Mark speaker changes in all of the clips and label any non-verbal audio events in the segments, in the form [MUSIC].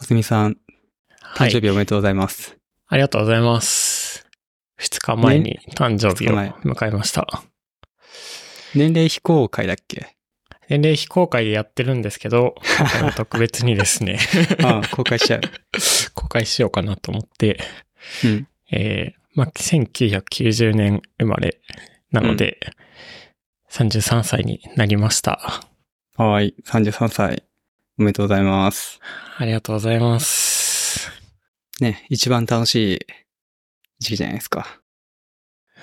Speaker 1: おすみさん、
Speaker 2: は
Speaker 1: 誕生
Speaker 2: い。
Speaker 1: 日おめでとうございます。
Speaker 2: ありがとうございます。2日前に誕生日を
Speaker 1: 二
Speaker 2: 迎えました。
Speaker 1: 年齢非公開だっけ
Speaker 2: 年齢非公開でやってるんですけ
Speaker 1: [LAUGHS]
Speaker 2: ど、今回は特別にですね、
Speaker 1: ああ公開しちゃう。
Speaker 2: 公開しようかなと思って、
Speaker 1: うん。
Speaker 2: えー、まあ、1990年生まれなので、33歳になりました。 [LAUGHS]
Speaker 1: はーい。33歳。おめでとうございます。
Speaker 2: ありがとうございます。
Speaker 1: ね、一番楽しい時期じゃないですか。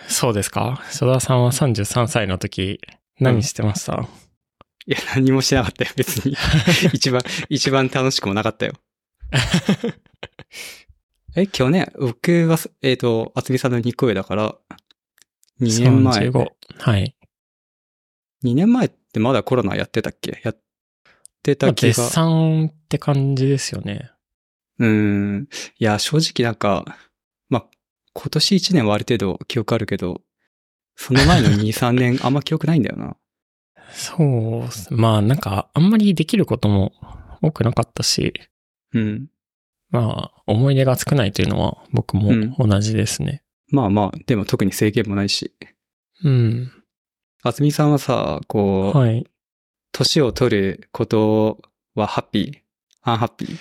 Speaker 2: そうですか曽田さんは33歳の時、何してました、
Speaker 1: いや、何もしてなかったよ、別
Speaker 2: [LAUGHS]
Speaker 1: に。一番、一番楽しくもなかったよ。え、去年、僕が、えっ、と、あつみさんの2個上だから、2年前。
Speaker 2: 35。はい。
Speaker 1: 2年前ってまだコロナやってたっけやって
Speaker 2: ま
Speaker 1: た
Speaker 2: あ
Speaker 1: 気
Speaker 2: 絶
Speaker 1: が。
Speaker 2: 賛って感じですよね。
Speaker 1: うーん。いや、正直なんか、まあ、今年1年はある程度記憶あるけど、その
Speaker 2: [LAUGHS]
Speaker 1: 前の2、3年あんま記憶ないんだよな。
Speaker 2: そうっす、まあなんかあんまりできることも多くなかったし、
Speaker 1: うん。
Speaker 2: まあ思い出が少ないというのは僕も
Speaker 1: うん
Speaker 2: 同じですね。
Speaker 1: まあまあ、でも特に制限もないし。
Speaker 2: うん。
Speaker 1: あつみさんはさ、こう、
Speaker 2: はい。
Speaker 1: 年を取ることはハッピーアンハッピー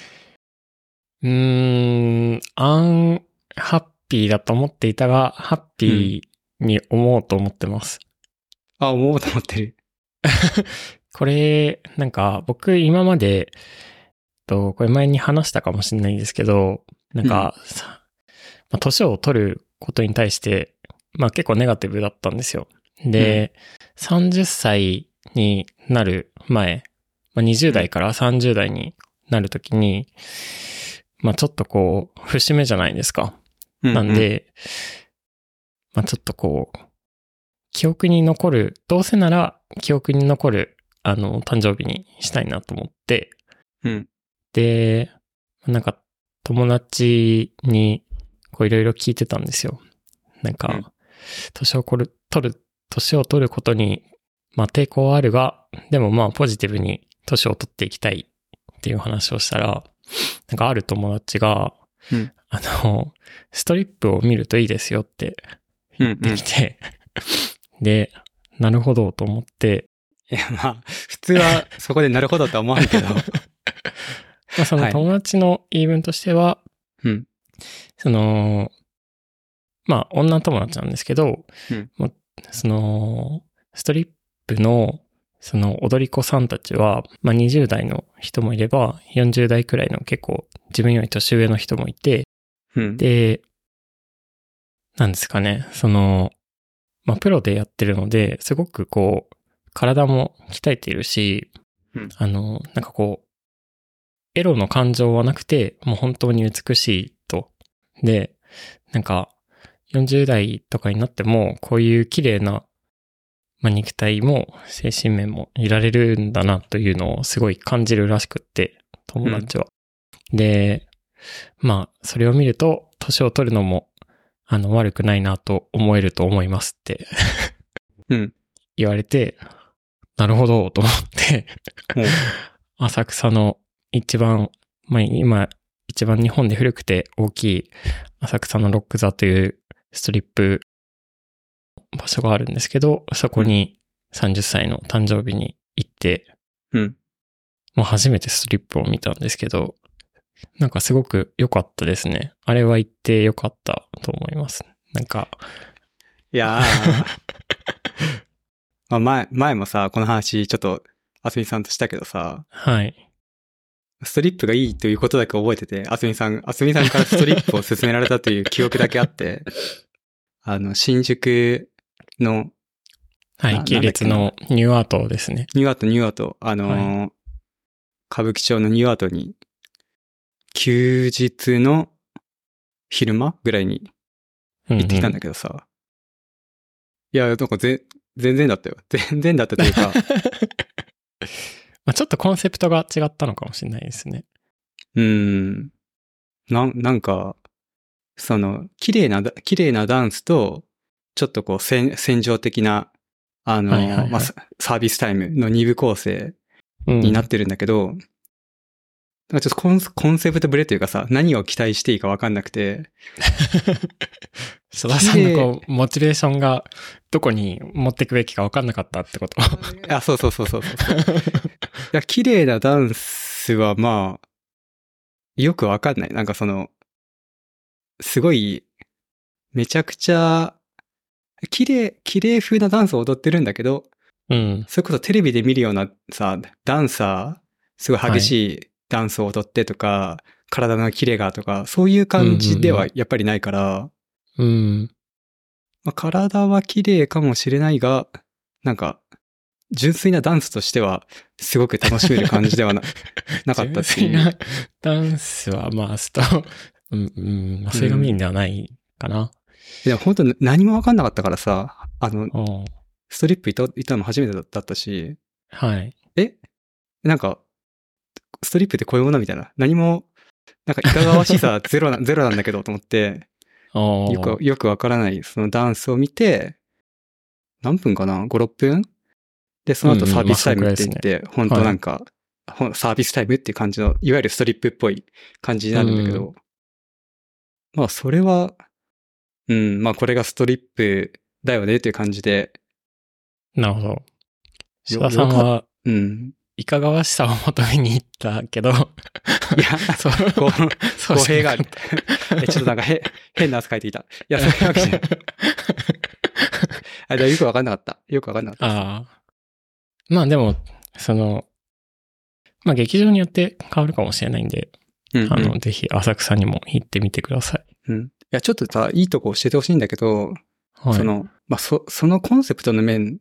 Speaker 2: うーん、アンハッピーだと思っていたが、ハッピーに思おうと思ってます。
Speaker 1: あ、思うと思ってる。
Speaker 2: これ、なんか僕今まで、えっと、これ前に話したかもしれないんですけど、なんか、さまあ年を取ることに対して、まあ結構ネガティブだったんですよ。で、30歳になる前、まあ、20代から30代になるときに、まあちょっとこう、節目じゃないですか。
Speaker 1: う
Speaker 2: なん、で、まあちょっとこう、記憶に残る、どうせなら記憶に残る、あの、誕生日にしたいなと思って、
Speaker 1: うん。
Speaker 2: で、なんか友達にこういろいろ聞いてたんですよ。なんか、
Speaker 1: うん
Speaker 2: 年を取る、取る、年を取ることに、まあ抵抗はあるが、でもまあポジティブに年を取っていきたいっていう話をしたら、なんかある友達が、
Speaker 1: うん
Speaker 2: あの、ストリップを見るといいですよって
Speaker 1: うん、うん。
Speaker 2: で
Speaker 1: い
Speaker 2: きて、で、なるほどと思って、
Speaker 1: や、まあ、普通はそこでなるほどとは思わん
Speaker 2: [LAUGHS]
Speaker 1: けど。
Speaker 2: まあ、そ
Speaker 1: は
Speaker 2: の
Speaker 1: い
Speaker 2: 友達の言い分としては、
Speaker 1: うん。
Speaker 2: その、まあ、女友達なんですけど、
Speaker 1: うん
Speaker 2: もうその、ストリップの、その踊り子さんたちは、まあ、20代の人もいれば、40代くらいの結構自分より年上の人もいて、
Speaker 1: うん。
Speaker 2: で、なんですかね、その、まあ、プロでやってるので、すごくこう、体も鍛えているし、
Speaker 1: うん
Speaker 2: あの、なんかこう、エロの感情はなくて、もう本当に美しいと。で、なんか、40代とかになっても、こういう綺麗な、まあ、肉体も精神面もいられるんだなというのをすごい感じるらしくって、友達は。で、まあ、それを見ると、年を取るのも、あの、悪くないなと思えると思いますって
Speaker 1: うん。
Speaker 2: 言われて、なるほど、と思って、
Speaker 1: もう、
Speaker 2: [LAUGHS] 浅草の一番、まあ、今、一番日本で古くて大きい浅草のロック座というストリップ場所があるんですけど、そこに30歳の誕生日に行って、
Speaker 1: うん。
Speaker 2: もう初めてストリップを見たんですけど、なんかすごく良かったですね。あれは行って良かったと思います。なんか、
Speaker 1: いやー。 [LAUGHS] まあ前、前もさ、この話、ちょっと、あすみさんとしたけどさ、
Speaker 2: はい。
Speaker 1: ストリップがいいということだけ覚えてて、あすみさん、あすみさんからストリップを勧められたという記憶だけあ [LAUGHS] って、あの、新宿の
Speaker 2: は
Speaker 1: あ
Speaker 2: い、系列のニューアートですね。
Speaker 1: ニューアート、ニューアート、あのー歌舞伎町のニューアートに、休日の昼間ぐらいに
Speaker 2: 行
Speaker 1: 行ってきたんだけどさ。いや、なんかぜ、全然だったよ。全然だったというか、
Speaker 2: [LAUGHS] まあ、ちょっとコンセプトが違ったのかもしれないですね。
Speaker 1: うーん。なん、なんか、その、綺麗なだ、綺麗なダンスと、ちょっとこう、戦、戦場的な、あのー、
Speaker 2: はいはいはい
Speaker 1: まあ、ササービスタイムの二部構成
Speaker 2: うん
Speaker 1: になってるんだけど、なんかちょっとコンコンセプトブレというかさ、何を期待していいかわかんなくて、
Speaker 2: 須田さんのこう、モチベーションがどこに持ってくべきか分かんなかったってこと。
Speaker 1: あ、そうそうそう
Speaker 2: [LAUGHS]
Speaker 1: そうそうそう。いや、綺麗なダンスはまあ、よくわかんない。なんかその、すごい、めちゃくちゃ、綺麗、綺麗風なダンスを踊ってるんだけど、
Speaker 2: うん。
Speaker 1: それこそテレビで見るようなさ、ダンサー、すごい激しいダンスを踊ってとか、体のキレがとか、そういう感じで
Speaker 2: うんう
Speaker 1: は
Speaker 2: ん
Speaker 1: やっぱりないから、
Speaker 2: うん。
Speaker 1: まあ、体は綺麗かもしれないが、なんか、純粋なダンスとしては、すごく楽しめる感じで
Speaker 2: [LAUGHS]
Speaker 1: はななかったっていう。
Speaker 2: 純粋なダンスは、まあ、スタ [LAUGHS] うん、うん、まあ、それがメインではないかな。
Speaker 1: でも本当何もわかんなかったからさ、あの、
Speaker 2: おう
Speaker 1: ストリップいたいたのも初めてだったし、
Speaker 2: はい。
Speaker 1: なんか、ストリップってこういうものみたいな。何も、なんかいかがわしさゼロな、ゼ [LAUGHS] ロなんだけどと思って、
Speaker 2: おう
Speaker 1: よく、よくわからない、そのダンスを見て、何分かな ?5、6分で、その後
Speaker 2: うんうん
Speaker 1: サービスタイム
Speaker 2: ま
Speaker 1: っ
Speaker 2: あそ
Speaker 1: て
Speaker 2: れ
Speaker 1: 言
Speaker 2: く
Speaker 1: っ
Speaker 2: らい
Speaker 1: て、本当なんか、ほんサービスタイムっていう感じの、いわゆるストリップっぽい感じになるんだけど、まあ、それは、うん、まあ、これがストリップだよねっていう感じで、
Speaker 2: なるほど。須田さんは、
Speaker 1: うん。
Speaker 2: いかがわしさを求めに行ったけど、
Speaker 1: いや、
Speaker 2: [LAUGHS] そう、
Speaker 1: こう、
Speaker 2: そ
Speaker 1: 語弊がある
Speaker 2: る。。
Speaker 1: え、ちょっとなんかへ、変な汗かいていた。いや、そういうわけじ
Speaker 2: [LAUGHS]
Speaker 1: ゃない。あ、でもよくわかんなかった。よくわかんなかった。
Speaker 2: ああ。まあでも、その、まあ劇場によって変わるかもしれないんで、
Speaker 1: うんうん
Speaker 2: あの、ぜひ浅草にも行ってみてください。
Speaker 1: うん。いや、ちょっとさ、いいとこ教えてほしいんだけど、
Speaker 2: はい。
Speaker 1: その、まあ、そ、そのコンセプトの面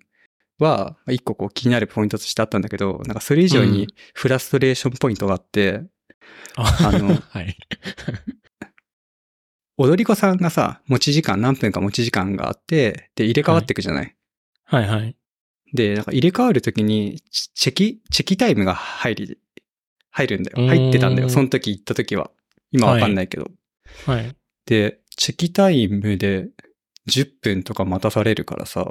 Speaker 1: は、まあ一個こう気になるポイントとしてあったんだけど、なんかそれ以上
Speaker 2: うん
Speaker 1: にフラストレーションポイントがあって、
Speaker 2: あ
Speaker 1: あの
Speaker 2: はい。
Speaker 1: 踊り子さんがさ、持ち時間、何分か持ち時間があって、で、入れ替わっていくじゃない、
Speaker 2: はいはい。
Speaker 1: で、なんか入れ替わるときに、チチェキ、チェキタイムが入り、入るんだ
Speaker 2: うー
Speaker 1: よ。
Speaker 2: ん
Speaker 1: 入ってたんだよ。その時行った時は。今わかんないけど。
Speaker 2: はい。
Speaker 1: で、チェキタイムで10分とか待たされるからさ、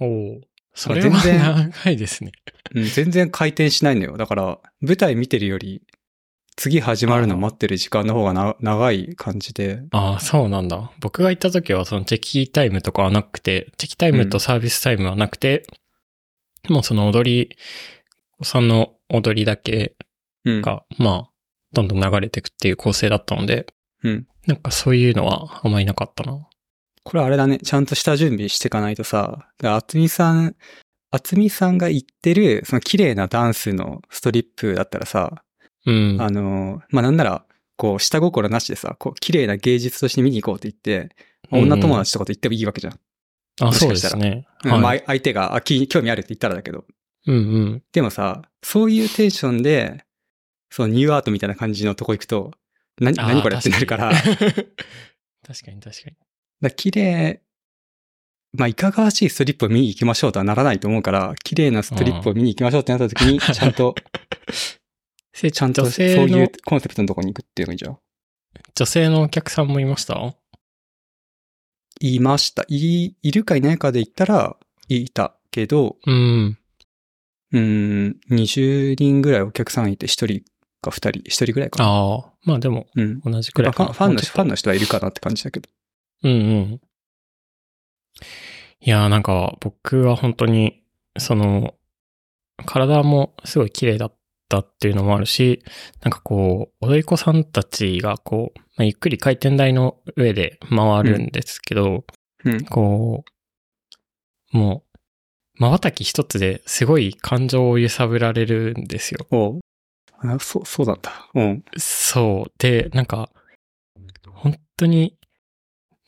Speaker 2: おお。それは
Speaker 1: 全然
Speaker 2: 長いですね。
Speaker 1: うん、全然回転しないのよ。だから、舞台見てるより、次始まるの待ってる時間の方がな長い感じで。
Speaker 2: ああ、そうなんだ。僕が行った時は、そのチェキタイムとかはなくて、チェキタイムとサービスタイムはなくて、もうその踊り、お子さんの踊りだけ
Speaker 1: うん。
Speaker 2: が、まあ、どんどん流れていくっていう構成だったので、
Speaker 1: うん。
Speaker 2: なんかそういうのはあんまりなかったな。
Speaker 1: これあれだね。ちゃんとした準備していかないとさ、だから厚みさん、厚みさんが言ってる、その綺麗なダンスのストリップだったらさ、
Speaker 2: うん。
Speaker 1: あの、まあ、なんなら、こう、下心なしでさ、こう、綺麗な芸術として見に行こうって言って、
Speaker 2: うんうん
Speaker 1: 女友達とかと言ってもいいわけじゃん。
Speaker 2: あ、
Speaker 1: もし
Speaker 2: そう
Speaker 1: か
Speaker 2: で
Speaker 1: したら
Speaker 2: すね。
Speaker 1: うんま
Speaker 2: は
Speaker 1: あ
Speaker 2: い。
Speaker 1: 相手が、あ、き興味あるって言ったらだけど。
Speaker 2: うんうん。
Speaker 1: でもさ、そういうテンションで、そのニューアートみたいな感じのとこ行くと、な、
Speaker 2: あー
Speaker 1: 何これってなるから、だか
Speaker 2: 確かに [LAUGHS] 確かに確かに。
Speaker 1: ら綺麗、まあ、いかがわしいストリップを見に行きましょうとはならないと思うから、綺麗なストリップを見に行きましょうってなった時に、
Speaker 2: [LAUGHS] ん
Speaker 1: ちゃんと、
Speaker 2: せ
Speaker 1: ちゃんと
Speaker 2: 女
Speaker 1: そう
Speaker 2: 性の
Speaker 1: いうコンセプトのとこに行くっていうのがいいじゃん。
Speaker 2: 女性のお客さんもいました
Speaker 1: いました。い、いるかいないかで言ったら、いたけど、
Speaker 2: うん。
Speaker 1: うーん、20人ぐらいお客さんいて、1人か2人、1人ぐらいかな。
Speaker 2: ああ。まあでも、
Speaker 1: うん。
Speaker 2: 同じく
Speaker 1: ま
Speaker 2: ら
Speaker 1: あ
Speaker 2: い
Speaker 1: フ
Speaker 2: か
Speaker 1: ァ
Speaker 2: な。
Speaker 1: ンファンの人、ファン
Speaker 2: の
Speaker 1: の人はいるかなって感じだけど。
Speaker 2: うんうん。いやーなんか、僕は本当に、その、体もすごい綺麗だったっていうのもあるし、なんかこう、踊り子さんたちがこう、まあ、ゆっくり回転台の上で回るんですけど、
Speaker 1: うん。
Speaker 2: こう、もう、瞬き一つですごい感情を揺さぶられるんですよ。
Speaker 1: おうあ、そう、そうだった。うん。
Speaker 2: そう。で、なんか、本当に、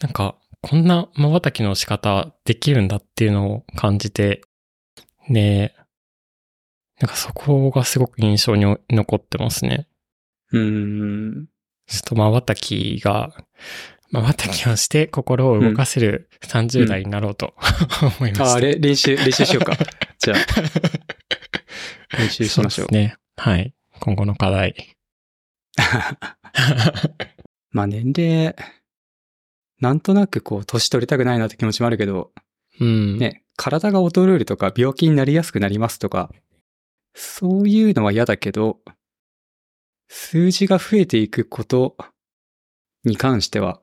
Speaker 2: なんか、こんな瞬きの仕方できるんだっていうのを感じて、ねなんかそこがすごく印象に残ってますね。
Speaker 1: うーん。
Speaker 2: ちょっと瞬きが、瞬きをして心を動かせる30代になろうと思いました。
Speaker 1: あ、あれ、練習、練習しよう [LAUGHS] か。じゃあ、練習しましょう。
Speaker 2: そうですね。はい。今後の課題。 [LAUGHS]
Speaker 1: [LAUGHS] まあ、年齢、なんとなくこう、年取りたくないなって気持ちもあるけど、
Speaker 2: うん。
Speaker 1: ね、体が衰えるとか、病気になりやすくなりますとか、そういうのは嫌だけど、数字が増えていくことに関しては、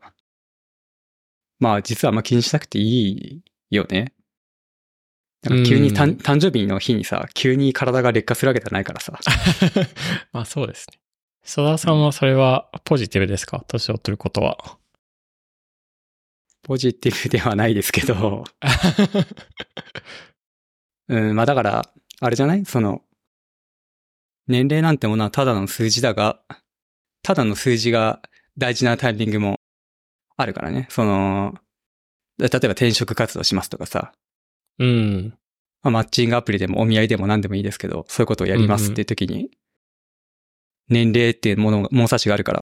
Speaker 1: まあ実はあんま気にしなくていいよね。なんか急に
Speaker 2: う
Speaker 1: 誕
Speaker 2: ん
Speaker 1: 誕生日の日にさ、急に体が劣化するわけじゃないからさ。
Speaker 2: [LAUGHS] まあそうですね。曽田さんはそれはポジティブですか年を取るこ
Speaker 1: [LAUGHS]
Speaker 2: とは。
Speaker 1: ポジティブではないですけど、うん、まあだから、あれじゃないその、年齢なんてものはただの数字だが、ただの数字が大事なタイミングもあるからね。その、例えば転職活動しますとかさ、
Speaker 2: うん。
Speaker 1: まあ、マッチングアプリでもお見合いでも何でもいいですけど、そういうことをやりますっていう時に、年齢っていうものが、物差しがあるから、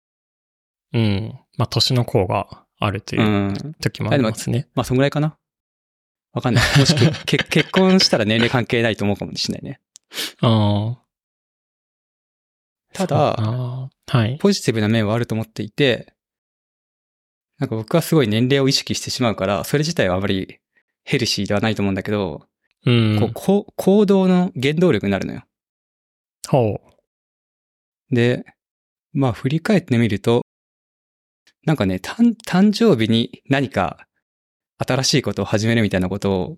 Speaker 2: うん。まあ年の功があると
Speaker 1: う。
Speaker 2: いうん時もありますね。
Speaker 1: まあ、そんぐらいかな。わかんない。もしけけ結婚したら年齢関係ないと思うかもしれないね。
Speaker 2: ああ。
Speaker 1: ただ
Speaker 2: そうかなはい。
Speaker 1: ポジティブな面はあると思っていて、なんか僕はすごい年齢を意識してしまうから、それ自体はあまりヘルシーではないと思うんだけど、
Speaker 2: う。
Speaker 1: こうんこう行動の原動力になるのよ。
Speaker 2: ほう。
Speaker 1: で、まあ振り返ってみると、なんかね、誕誕生日に何か新しいことを始めるみたいなことを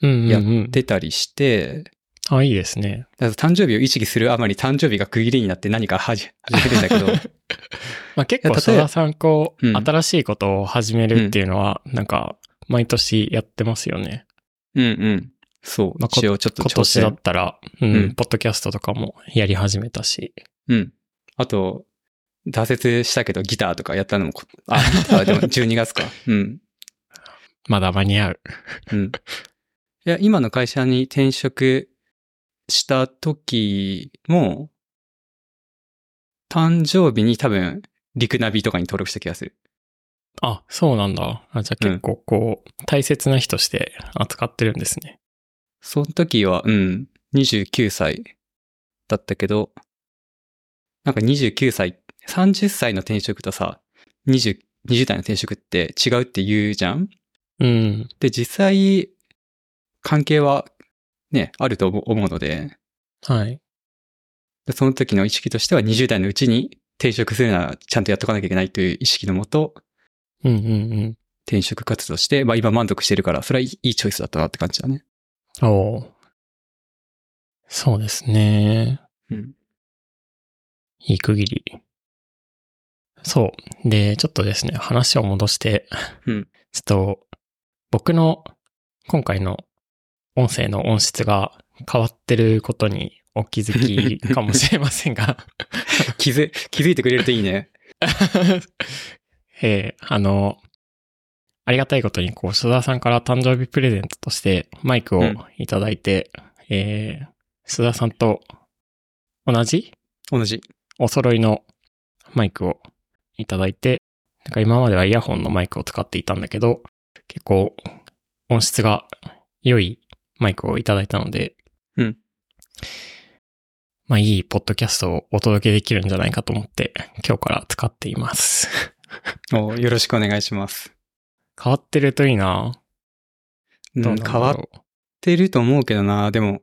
Speaker 2: うんうん、うん。
Speaker 1: や出たりして、
Speaker 2: あ、いいですね。
Speaker 1: だから誕生日を意識するあまり誕生日が区切りになって何かはじ始めるんだけど、
Speaker 2: [LAUGHS] まあ、結
Speaker 1: いや
Speaker 2: 構、
Speaker 1: 例
Speaker 2: 佐
Speaker 1: えば
Speaker 2: 田さん、こう、
Speaker 1: うん
Speaker 2: 新しいことを始めるっていうのは、なんか、毎年やってますよね。
Speaker 1: うんうん。そう、
Speaker 2: まあこ
Speaker 1: 一応ちょっと
Speaker 2: 今
Speaker 1: 挑
Speaker 2: 年
Speaker 1: 戦
Speaker 2: だっ。たら、うん、
Speaker 1: うん
Speaker 2: ポッドキャストとかもやり始めたし。
Speaker 1: うん。あと、挫折したけどギターとかやったのもこ、あ、ギターはでも12月か。うん。
Speaker 2: まだ間に合う。
Speaker 1: うん。いや、今の会社に転職した時も、誕生日に多分、リクナビとかに登録した気がする。
Speaker 2: あ、そうなんだ。あじゃあ結構こう、大切な日として扱ってるんですね。
Speaker 1: その時は、うん、29歳だったけど、なんか29歳、30歳の転職とさ、20、20代の転職って違うって言うじゃん
Speaker 2: うん。
Speaker 1: で、実際、関係はね、あると思思うので、
Speaker 2: はい。
Speaker 1: でその時の意識としては20代のうちに転職するならちゃんとやっとかなきゃいけないという意識のもと、
Speaker 2: うんうん
Speaker 1: 転職活動して、まあ今満足してるから、それはいいいいチョイスだったなって感じだね。
Speaker 2: うん。おーそうですね。
Speaker 1: うん。
Speaker 2: いい区切り。そう。で、ちょっとですね、話を戻して、
Speaker 1: うん
Speaker 2: ちょっと、僕の今回の音声の音質が変わってることにお気づきかもしれませんが、
Speaker 1: 気づ、気づいてくれるといいね。
Speaker 2: [LAUGHS] ええあの、ありがたいことに、こう、須田さんから誕生日プレゼントとしてマイクを
Speaker 1: うん
Speaker 2: いただいて、ええ須田さんと同じ
Speaker 1: 同じ。
Speaker 2: お揃いのマイクをいただいて、なんか今まではイヤホンのマイクを使っていたんだけど、結構音質が良いマイクをいただいたので、
Speaker 1: うん。
Speaker 2: まあいいポッドキャストをお届けできるんじゃないかと思って、今日から使っています。 [LAUGHS]
Speaker 1: およろしくお願いします。
Speaker 2: 変わってるといいな
Speaker 1: うん
Speaker 2: どうなんだ
Speaker 1: 変わっ
Speaker 2: ろう
Speaker 1: てると思うけどな、でも、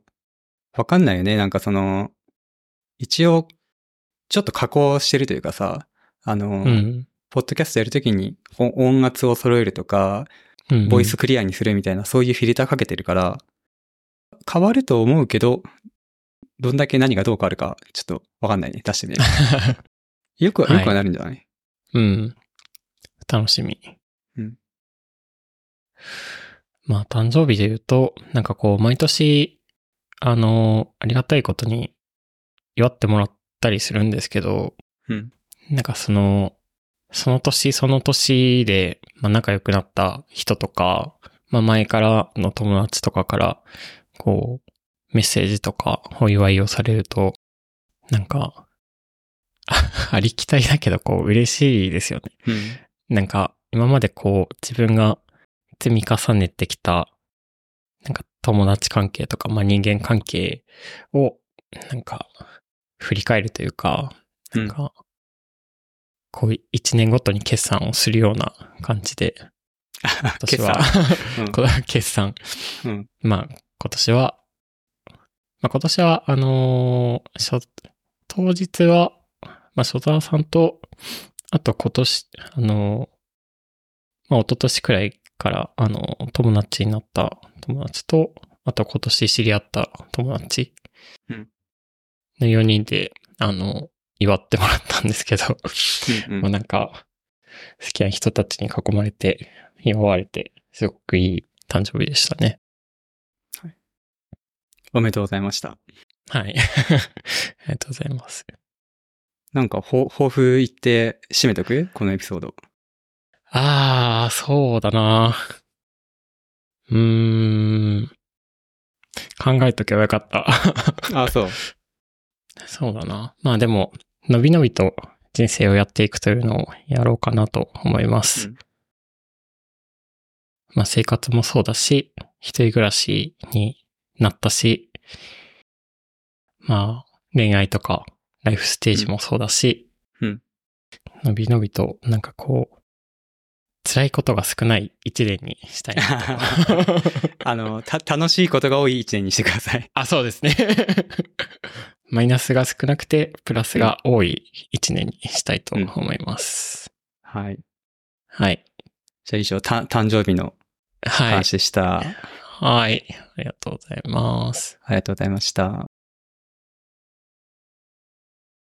Speaker 1: わかんないよね。なんかその、一応、ちょっと加工してるというかさ、あの、
Speaker 2: うん。
Speaker 1: ポッドキャストやるときに音音圧を揃えるとか、
Speaker 2: うん
Speaker 1: ボイス。クリアにするみたいな、そういうフィルターかけてるから、変わると思うけど、どんだけ何がどう変わるか、ちょっとわかんないね。出して
Speaker 2: [LAUGHS]
Speaker 1: みる。よくは、
Speaker 2: はい
Speaker 1: よくはなるんじゃない、
Speaker 2: うん。楽しみ。
Speaker 1: うん
Speaker 2: まあ、誕生日で言うと、なんかこう、毎年、あの、ありがたいことに祝ってもらったりするんですけど、
Speaker 1: うん。
Speaker 2: なんかその、その年その年で、まあ、仲良くなった人とか、まあ、前からの友達とかから、こう、メッセージとかお祝いをされると、なんか、あありきたりだけど、こう、嬉しいですよね。
Speaker 1: うん。
Speaker 2: なんか、今までこう、自分が積み重ねてきた、なんか友達関係とか、まあ人間関係を、なんか、振り返るというか、
Speaker 1: う
Speaker 2: なん
Speaker 1: ん
Speaker 2: か、こう、一年ごとに決算をするような感じ
Speaker 1: [LAUGHS]
Speaker 2: で、今年は、
Speaker 1: うん
Speaker 2: [LAUGHS] この決算。
Speaker 1: うん
Speaker 2: まあ、今年は、まあ今年は、あのー初当日は、まあ、所沢さんと、あと今年、あの、まあ、一昨年くらいから、あの、友達になった友達と、あと今年知り合った友達
Speaker 1: うん
Speaker 2: の4人で、あの、祝ってもらったんですけど、
Speaker 1: うんうん
Speaker 2: もうなんか、好きな人たちに囲まれて、祝われて、すごくいい誕生日でしたね。
Speaker 1: おめでとうございました。
Speaker 2: はい。 [LAUGHS] ありがとうございます。
Speaker 1: なんか、ほ、抱負言って締めとくこのエピソード。
Speaker 2: ああ、そうだな。うーん。考えとけばよかった。
Speaker 1: あ、そう。
Speaker 2: そうだな。まあでも、のびのびと人生をやっていくというのをやろうかなと思います。
Speaker 1: うん
Speaker 2: まあ生活もそうだし、一人暮らしになったし、まあ恋愛とかライフステージもそうだし、
Speaker 1: うんうん
Speaker 2: のびのびとなんかこう、辛いことが少ない一年にしたいな
Speaker 1: [LAUGHS]
Speaker 2: と。
Speaker 1: [LAUGHS] あの、た、楽しいことが多い一年にしてください。
Speaker 2: あ、そうですね。マイナスが少なくて、プラスが多い一年にしたいと思います。
Speaker 1: はい。
Speaker 2: はい。
Speaker 1: じゃあ以上、た、誕生日の
Speaker 2: はい。
Speaker 1: 話でした。あ
Speaker 2: はい。ありがとうございます。
Speaker 1: りがとうございました。